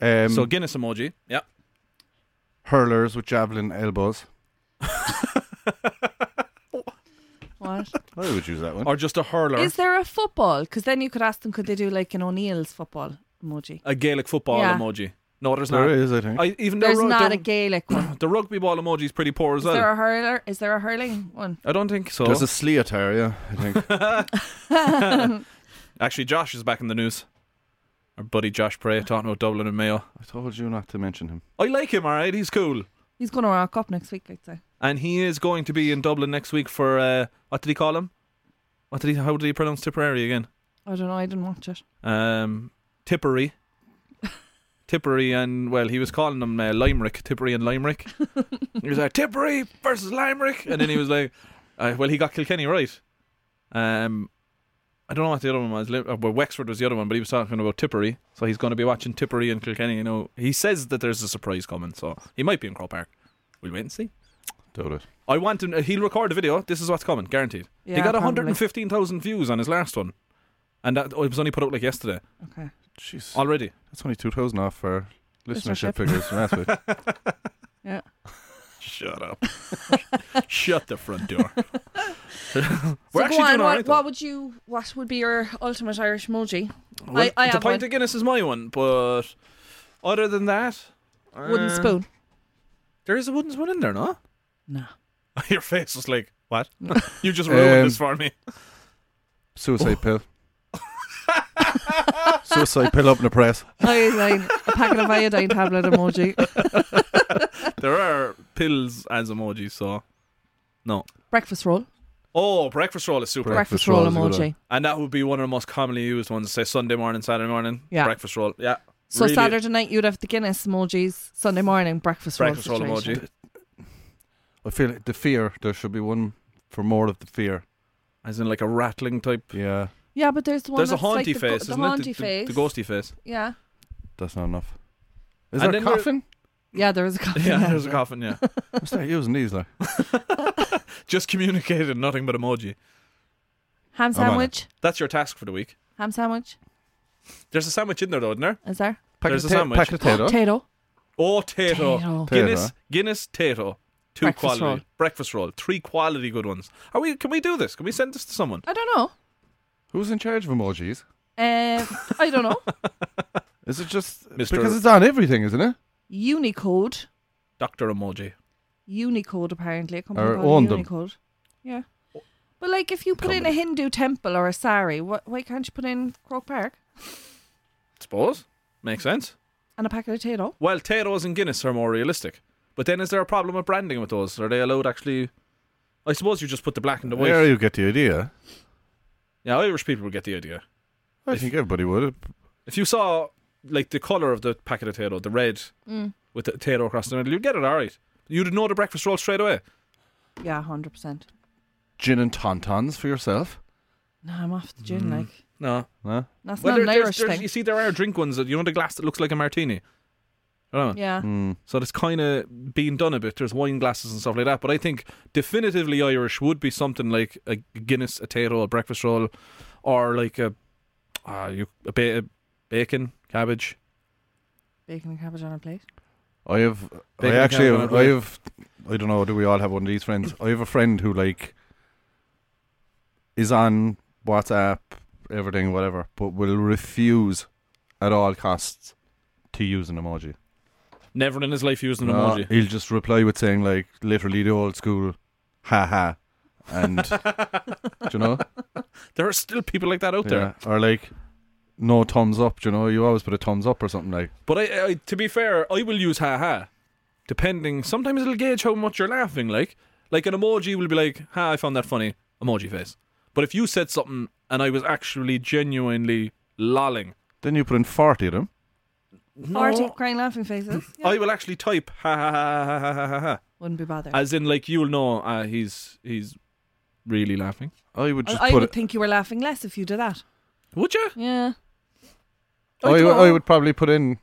Um, so Guinness emoji. Yeah. hurlers with javelin elbows. What I would use that one. Or just a hurler. is there a football? Because then you could ask them, could they do like an O'Neill's football emoji? a Gaelic football Yeah. emoji. No, there's there not. is, I think. I, even There's the, ru- not the, a Gaelic one. the rugby ball emoji is pretty poor as Is well. there a hurler? Is there a hurling one? I don't think so. There's a sleatar, yeah, I think. Actually, Josh is back in the news. Our buddy Josh Prey talking about Dublin and Mayo. I told you not to mention him. I like him, all right? He's cool. He's going to rock up next week, I'd say. And he is going to be in Dublin next week for, uh, what did he call him? What did he, how did he pronounce Tipperary again? I don't know. I didn't watch it. Um, Tipperary. Tipperary and, well, he was calling them uh, Limerick. Tipperary and Limerick. he was like, Tipperary versus Limerick. And then he was like, uh, well, he got Kilkenny right. Um, I don't know what the other one was. Lim- uh, Well, Wexford was the other one, but he was talking about Tipperary. So he's going to be watching Tipperary and Kilkenny. You know, he says that there's a surprise coming, so he might be in Crow Park. We'll wait and see. Doubt it. I want him. uh, He'll record the video. This is what's coming, guaranteed. Yeah, he got probably. 115,000 views on his last one, and that oh, it was only put out like yesterday Okay. Jeez. already. That's only 2,000 off for Listenership. listenership figures from last week. Yeah. Shut up. Shut the front door. So We're actually go on, doing all what, right. though. what would you? What would be your ultimate Irish emoji? Well, I, I the have pint one. of Guinness is my one, but other than that, Wooden uh, spoon. There is a wooden spoon in there, no? No. Your face was like, what? you just Um, ruined this for me. Oh. Suicide pill. Suicide pill up in the press. Iodine. a packet of iodine tablet emoji. There are pills as emojis, so no. Breakfast roll. Oh, breakfast roll is super. Breakfast Breakfast, roll, roll is a good emoji. And that would be one of the most commonly used ones. Say Sunday morning, Saturday morning, Yeah. breakfast roll. Yeah. So Really- Saturday night you'd have the Guinness emojis. Sunday morning breakfast roll. breakfast roll situation. emoji. I feel like the fear, there should be one for more of the fear. As in like a rattling type. Yeah, Yeah, but there's the one There's a that's haunty like the, go- face, the isn't haunty it? The- face. The, the ghosty face. Yeah. that's not enough. And Is there a then there- coffin? Yeah, there is a coffee. Yeah, there's a coffin, yeah. I start using these like. Just communicated nothing but emoji. Ham I'm on sandwich. That's your task for the week. Ham sandwich. There's a sandwich in there though, isn't there? Is there? There's a ta- sandwich. Packet of potato. Potato. Oh Tato. Tato. Guinness Tato. Guinness Tato. Two Breakfast quality roll. breakfast roll. Three quality good ones. Are we can we do this? Can we send this to someone? I don't know. Who's in charge of emojis? Uh, I don't know. Is it just Mister- because it's on everything, isn't it? Unicode. Doctor Emoji. Unicode apparently. A company Or called owned them. Unicode. Yeah. But like if you put in a Hindu temple or a sari, wh- why can't you put in Croke Park Suppose. Makes sense. and a packet of potato? Well, Tato's and Guinness are more realistic. But then is there a problem with branding with those? Are they allowed actually I suppose you just put the black and the white. Where you get the idea? Yeah, Irish people would get the idea. I If- think everybody would. If you saw like the colour of the packet of Tato, the red Mm. with the Tato across the middle, you'd get it alright. You'd know the breakfast roll straight away. Yeah, hundred percent. Gin and tauntauns for yourself. No, I'm off the gin. Like No. No? that's Mm. Well, there- not an there's- Irish there's- thing. You see, there are drink ones that you know the glass that looks like a martini. You know? Yeah. Hmm. So it's kind of being done a bit. There's wine glasses and stuff like that. But I think definitively Irish would be something like a Guinness, a Tato, a breakfast roll, or like a uh, you a, ba- a bacon, cabbage. Bacon and cabbage on a plate. I have. Bacon I and actually. caviar Have, on a I have. I don't know. Do we all have one of these friends? I have a friend who like is on WhatsApp, everything, whatever, but will refuse at all costs to use an emoji. Never in his life used an No, emoji. He'll just reply with saying like literally the old school, ha ha, and do you know, There are still people like that out there. Yeah. or like no thumbs up. Do you know, you always put a thumbs up or something like. But I, I, to be fair, I will use ha ha. Depending, sometimes it'll gauge how much you're laughing. Like, like an emoji will be like, "Ha, I found that funny." Emoji face. But if you said something and I was actually genuinely lolling, Then you put in forty of them. Artie crying laughing faces. Yeah. I will actually type ha ha ha ha ha ha ha ha, Wouldn't be bothered. I, as in like you'll know uh, he's he's really laughing. I would just I put would it. think you were laughing less if you did that. Would you? Yeah. I, I w- don't- I would probably put in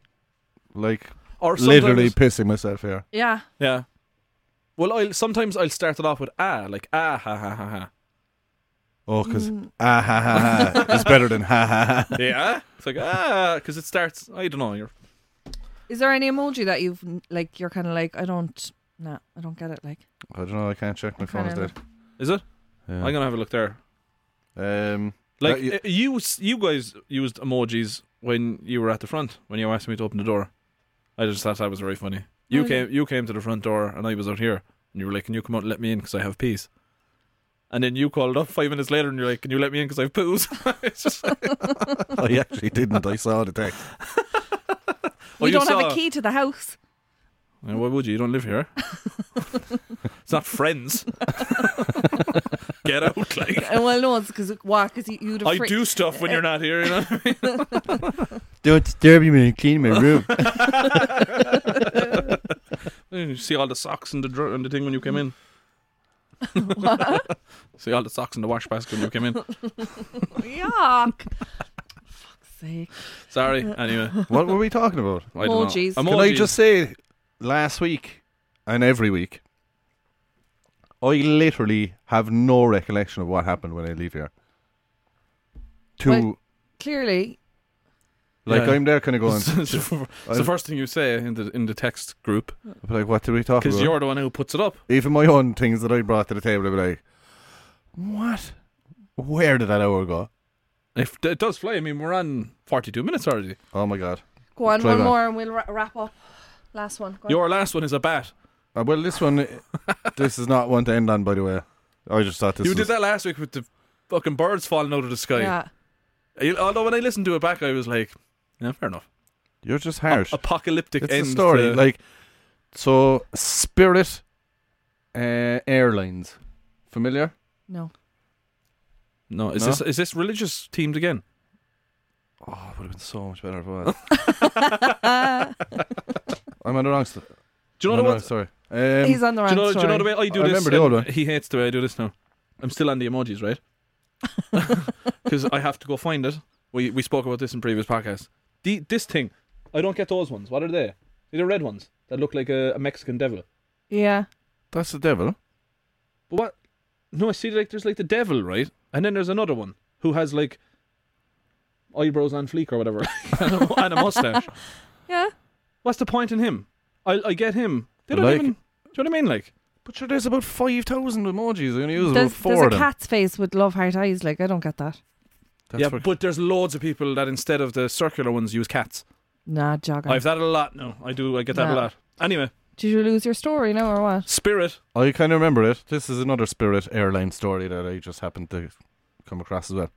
like Or literally sometimes- pissing myself here. Yeah. Yeah. Well, I'll sometimes I'll start it off with ah, like ah ha ha ha ha. Oh, Mm. because Mm. ah ha ha ha is better than ha ha ha. Yeah, it's like ah, because it starts. I don't know. You're Is there any emoji that you've like? You're kind of like I don't. Nah, I don't get it. Like I don't know. I can't check. My I phone's dead. can't is it? Yeah. I'm gonna have a look there. Um, Like Like, you- uh, you, s- you guys used emojis when you were at the front when you asked me to open the door. I just thought that was very funny. You Oh, yeah. came, you came to the front door, and I was out here, and you were like, "Can you come out and let me in? Because I have peas." And then you called up five minutes later, and you're like, "Can you let me in? Because I have poos." it's just like, I actually didn't. I saw the text. Oh, we you don't have saw- a key to the house. "Yeah, why would you? You don't live here. it's not friends. Get out, like. Uh, well, no, it's because why? Because you, you'd. have I fri- do stuff when you're not here. You know. Don't disturb me when I'm cleaning my room. You Mm, see all the socks and the dr- and the thing when you came in. see all the socks in the wash basket when you came in. Yuck. Fuck's sake. Sorry. Anyway, What were we talking about? I don't know. Emojis. Emojis. Can I just say, last week and every week, I literally have no recollection of what happened when I leave here. To Well- Clearly, like, Yeah. I'm there kind of going, It's the it's the first thing you say in the in the text group like, what did we talk because about? you're the one who puts it up. Even my own things that I brought to the table, I'd be like, what? Where did that hour go? If it does fly, I mean we're on 42 minutes already. Oh my god! go on Try one that. more and we'll ra- wrap up. Last one. Go on. Your last one is a bat. Uh, well, this one, this is not one to end on. By the way, I just thought this. you was, did that last week with the fucking birds falling out of the sky. yeah. You- Although when I listened to it back, I was like, yeah, fair enough. You're just harsh. Apocalyptic it's end a story. to- Like so, Spirit uh, Airlines, familiar? No. no, is No? this is this religious themed again? Oh, it would have been so much better if it was. Um, I'm on the wrong. St- Do you know the one? I'm on the wrong Sorry. Um, He's on the Do wrong you know? Do you know the story. way I do I this? remember the and old one. He hates the way I do this now. I'm still on the emojis, right? Because I have to go find it. We we spoke about this in previous podcasts. The, this thing, I don't get those ones. What are they? They're the red ones that look like a, a Mexican devil. Yeah. that's the devil. But what? No, I see like there's like the devil, right? And then there's another one who has like eyebrows on fleek or whatever, and a- and a mustache. Yeah. What's the point in him? I I get him. They don't Like- even. Do you know what I mean? Like But sure, there's about five thousand emojis. I'm gonna use about There's, four there's a of them. cat's face with love heart eyes. Like I don't get that. That's yeah, what- but there's loads of people that instead of the circular ones use cats. Nah, jog I on. have that a lot now. I do. I get that a No. lot. Anyway, Did you lose your story now or what? Spirit. I kind of remember it. This is another Spirit airline story that I just happened to come across as well.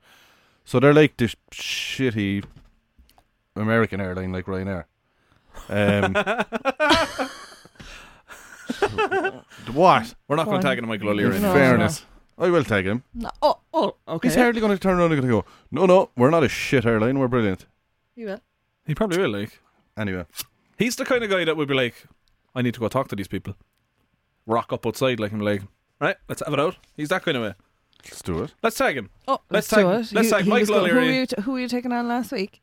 So they're like this shitty American airline, like Ryanair. Um, what? We're not Go going on. to tag into Michael O'Leary. In No, fairness, I will tag him. No. Oh, oh, okay. He's hardly going to turn around and go, no, no, we're not a shit airline. We're brilliant. You will. He probably will. Like Anyway, he's the kind of guy that would be like, I need to go talk to these people. Rock up outside, like I'm like, right, let's have it out. He's that kind of way. let's do it. Let's tag him. Oh, Let's let's, tag- do let's it. You- tag he was Michael go- who were O'Leary. you, t- who were you taking on last week?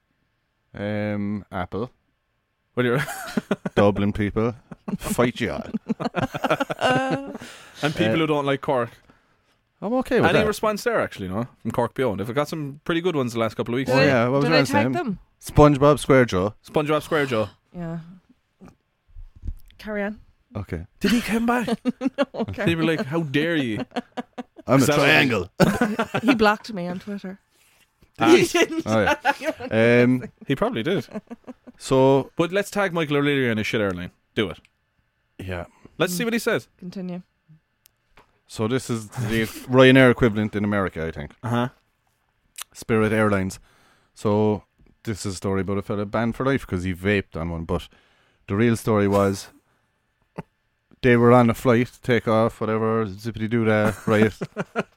Um, Apple, Well, you're, Dublin people, fight you all. and people Uh, who don't like Cork. I'm okay with Any that. response there actually? No, from Cork Beyond. I've got some pretty good ones the last couple of weeks. Oh, Did I- yeah, what was did your I last tag name? them? SpongeBob SquareJaw. SpongeBob SquareJaw. Yeah. Carry on. Okay. Did he come back? Okay. They were like, "How dare you?" I'm a Is that what- triangle. He blocked me on Twitter. Ah, Oh, yeah. um, he probably did. so But let's tag Michael O'Leary and his shit airline. Do it. yeah. Let's Mm. see what he says. Continue. So this is the Ryanair equivalent in America, I think. Uh huh. Spirit Airlines. So this is a story about a fella banned for life because he vaped on one. But the real story was they were on a flight, take off, whatever, zippity doo dah, right?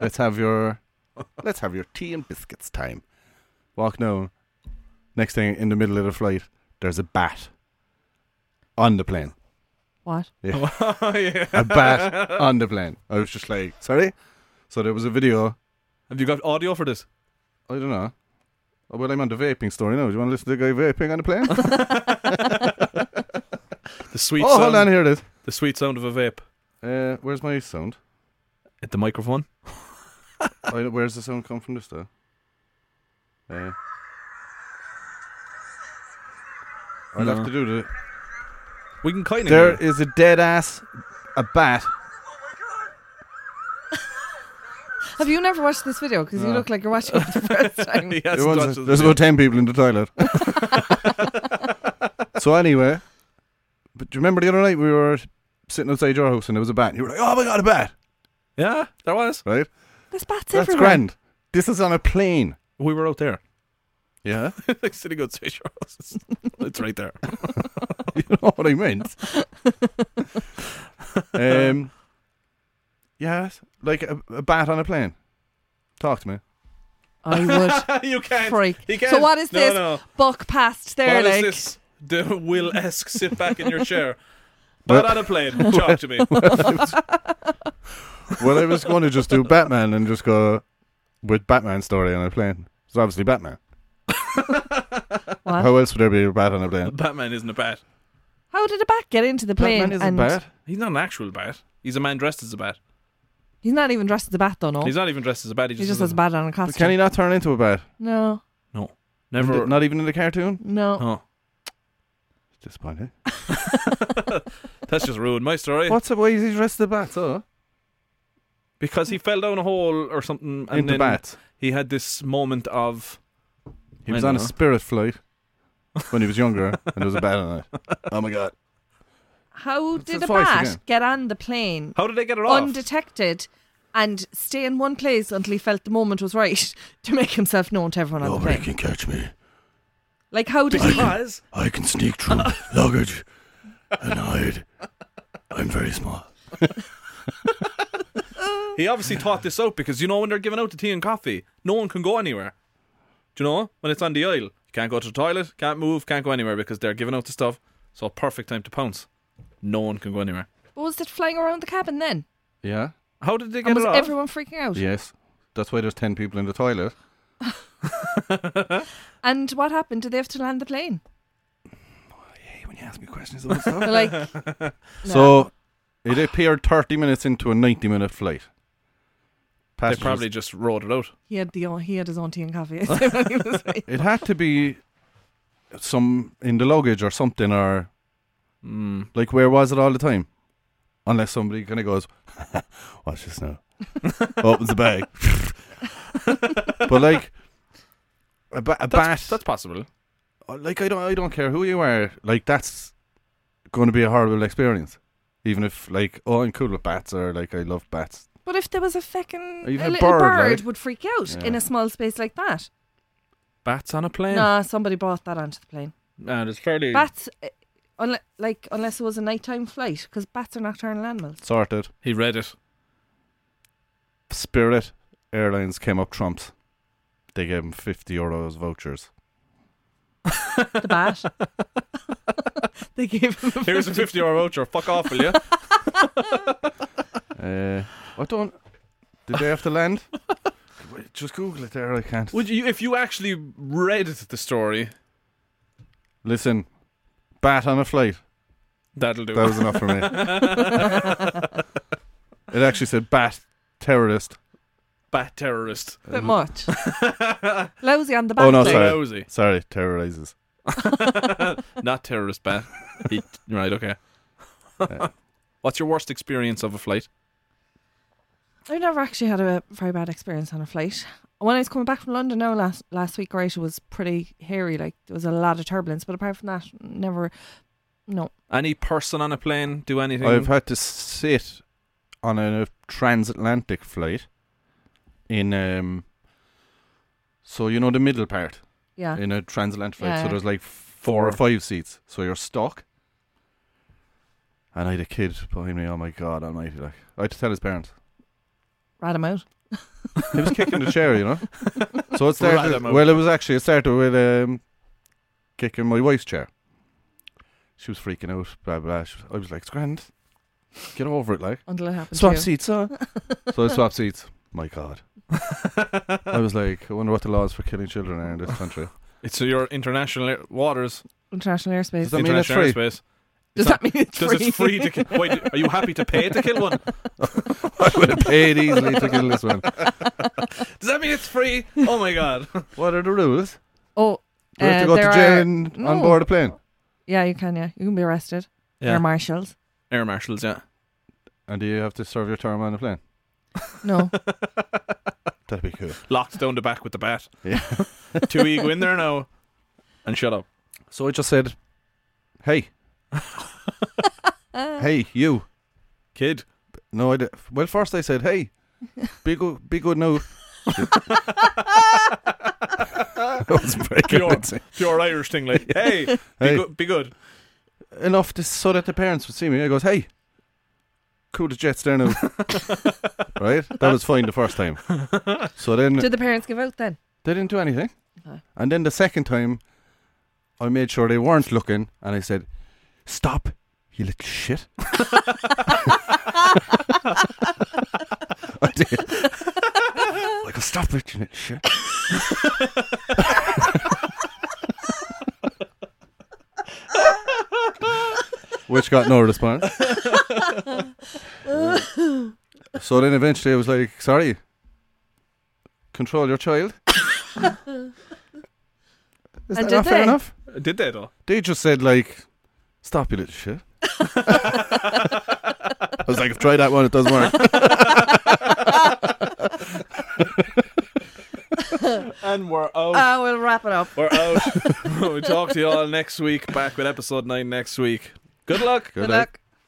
let's have your let's have your tea and biscuits time. Walk down. Next thing, in the middle of the flight, there's a bat on the plane. What? oh, yeah. A bat Uh, on the plane. I was just like, sorry. So there was a video. Have you got audio for this? I don't know. Oh, well, I'm on the vaping story now. Do you want to listen to the guy vaping on the plane? The sweet Oh, sound. hold on, here it is. The sweet sound of a vape. Uh, where's my sound? At the microphone. I, where's the sound come from this though? Uh, I'll No. have to do the. We can kind of. There is a dead ass, a bat. Have you never watched this video? Because you look like you're watching it for the first time. He There hasn't was- touched it. there's about ten people in the toilet. so anyway, but do you remember the other night we were sitting outside your house and there was a bat? And you were like, "Oh my god, a bat!" yeah, there was. Right? There's bats That's everywhere. grand. This is on a plane. We were out there. Yeah, like sitting on Seychelles. It's- It's right there. you know what I meant. um, yes, like a, a bat on a plane. Talk to me. I you would can't. freak. He can't. So what is No, this? no. Buck past there, What is like this? The Will esque sit back in your chair. Well- Bat on a plane. Talk to me. Well, I was going to just do Batman and just go with Batman story on a plane. It's obviously Batman. what? How else would there be a bat on a plane? Batman isn't a bat. How did a bat get into the plane? Batman isn't and bat. He's not an actual bat. He's a man dressed as a bat. He's not even dressed as a bat, though. No, He's not even dressed as a bat. He just, he just has has a a bat on a But costume. can he not turn into a bat? No, No. Never. Not even in the cartoon. no. Oh, Disappointed. that's just ruined my story. What's the way is he dressed as a bat? Oh, Because he fell down a hole or something, and into then bats. he had this moment of He was I on a know. spirit flight when he was younger, and there was a bat on it. Oh my god! How did a the voice bat again. get on the plane How did they get it off? undetected and stay in one place until he felt the moment was right to make himself known to everyone on the Nobody can plane? catch me. Like, how did he? because I can sneak through luggage and hide. I'm very small. he obviously thought this out because you know when they're giving out the tea and coffee, no one can go anywhere. Do you know when it's on the aisle, you can't go to the toilet, can't move, can't go anywhere because they're giving out the stuff. So perfect time to pounce. No one can go anywhere. What was it flying around the cabin then? Yeah. How did they get And was it off? everyone freaking out? Yes. That's why there's ten people in the toilet. And what happened? Did they have to land the plane? Hey, when you ask me questions about stuff. They're like, So it appeared 30 minutes into a 90 minute flight. they Passengers- probably just rode it out. he had the he had his own tea and coffee. Is that what he was saying? It had to be some in the luggage or something, or Mm. like where was it all the time? Unless somebody kind of goes, watch this now. Opens the bag. but like a, ba- a bat, That's, that's possible. Uh, like I don't, I don't care who you are. Like that's going to be a horrible experience. Even if like, oh, I'm cool with bats, or like I love bats. But if there was a fucking Or even a a little bird, bird, like. would freak out Yeah. in a small space like that. Bats on a plane. Nah, somebody brought that onto the plane. And it's fairly. Bats, uh, unle- like unless it was a nighttime flight, because bats are nocturnal animals. Sorted. he read it. Spirit Airlines came up trumps. They gave him 50 euros vouchers. The bat. they gave him. A Here's a 50 euro voucher. Fuck off, will you? Uh, I don't. Did they have to land? Wait, Just Google it there. I can't. Would you, if you actually read the story, Listen, bat on a flight. that'll do. That was enough for me. It actually said bat terrorist. Bat terrorist. bit much. Lousy on the bat. Oh, no, though. sorry. Lousy. Sorry, terrorizes. Not terrorist bat. He- right, okay. What's your worst experience of a flight? I've never actually had a very bad experience on a flight. When I was coming back from London now last last week, Croatia was pretty hairy. Like there was a lot of turbulence, but apart from that, never. No, Any person on a plane do anything? I've had to sit on a transatlantic flight in um so you know the middle part yeah, in a transatlantic flight. Yeah. So there's like four or five seats. So you're stuck. And I had a kid behind me, oh my god almighty like I had to tell his parents. rat him out. He was kicking the chair, you know. So it Rat started. him out. Well, it was actually it started with um, kicking my wife's chair. She was freaking out. Blah blah. She, I was like, "It's grand. Get over it, like Until it happened. swap to you. seats, huh?" so I swapped seats. My God, I was like, I wonder what the laws for killing children are in this country. it's your international air- waters, International airspace. Does that mean it's international free? airspace. Does It's that not- mean it's Because free? it's free to kill. Wait, are you happy to pay to kill one? I would have paid easily to kill this one. Does that mean it's free? Oh my god. What are the rules? oh, Do we have to uh, go there to are- jail and- no. on board a plane? Yeah, you can. Yeah, you can be arrested. Air marshals. Air marshals, yeah. And do you have to serve your term on the plane? No, That'd be cool. Locked down the back with the bat. Yeah. Two E go in there now and shut up. So I just said, "Hey, Uh. hey, you." Kid. No, I did. Well, first I said, "Hey, be good, be good now." that was very Pure, good. pure Irish thing like, hey, be, Hey. Good, be good. Enough to, so that the parents would see me. I goes, "Hey, cool the jets there now." right, that was fine the first time. So then did the parents give out then? they didn't do anything, No. and then the second time, I made sure they weren't looking, and I said, "Stop, you little shit." I did. I go, "Stop it, you little shit." which got no response. so then eventually I was like, sorry, control your child. Is And that did not fair they? enough? Did they though? They just said, like, stop you little shit. I was like, I've tried that one, it doesn't work. And we're out. Ah, we'll wrap it up. we're out. we'll talk to you all next week. Back with episode nine next week. Good luck. Good luck.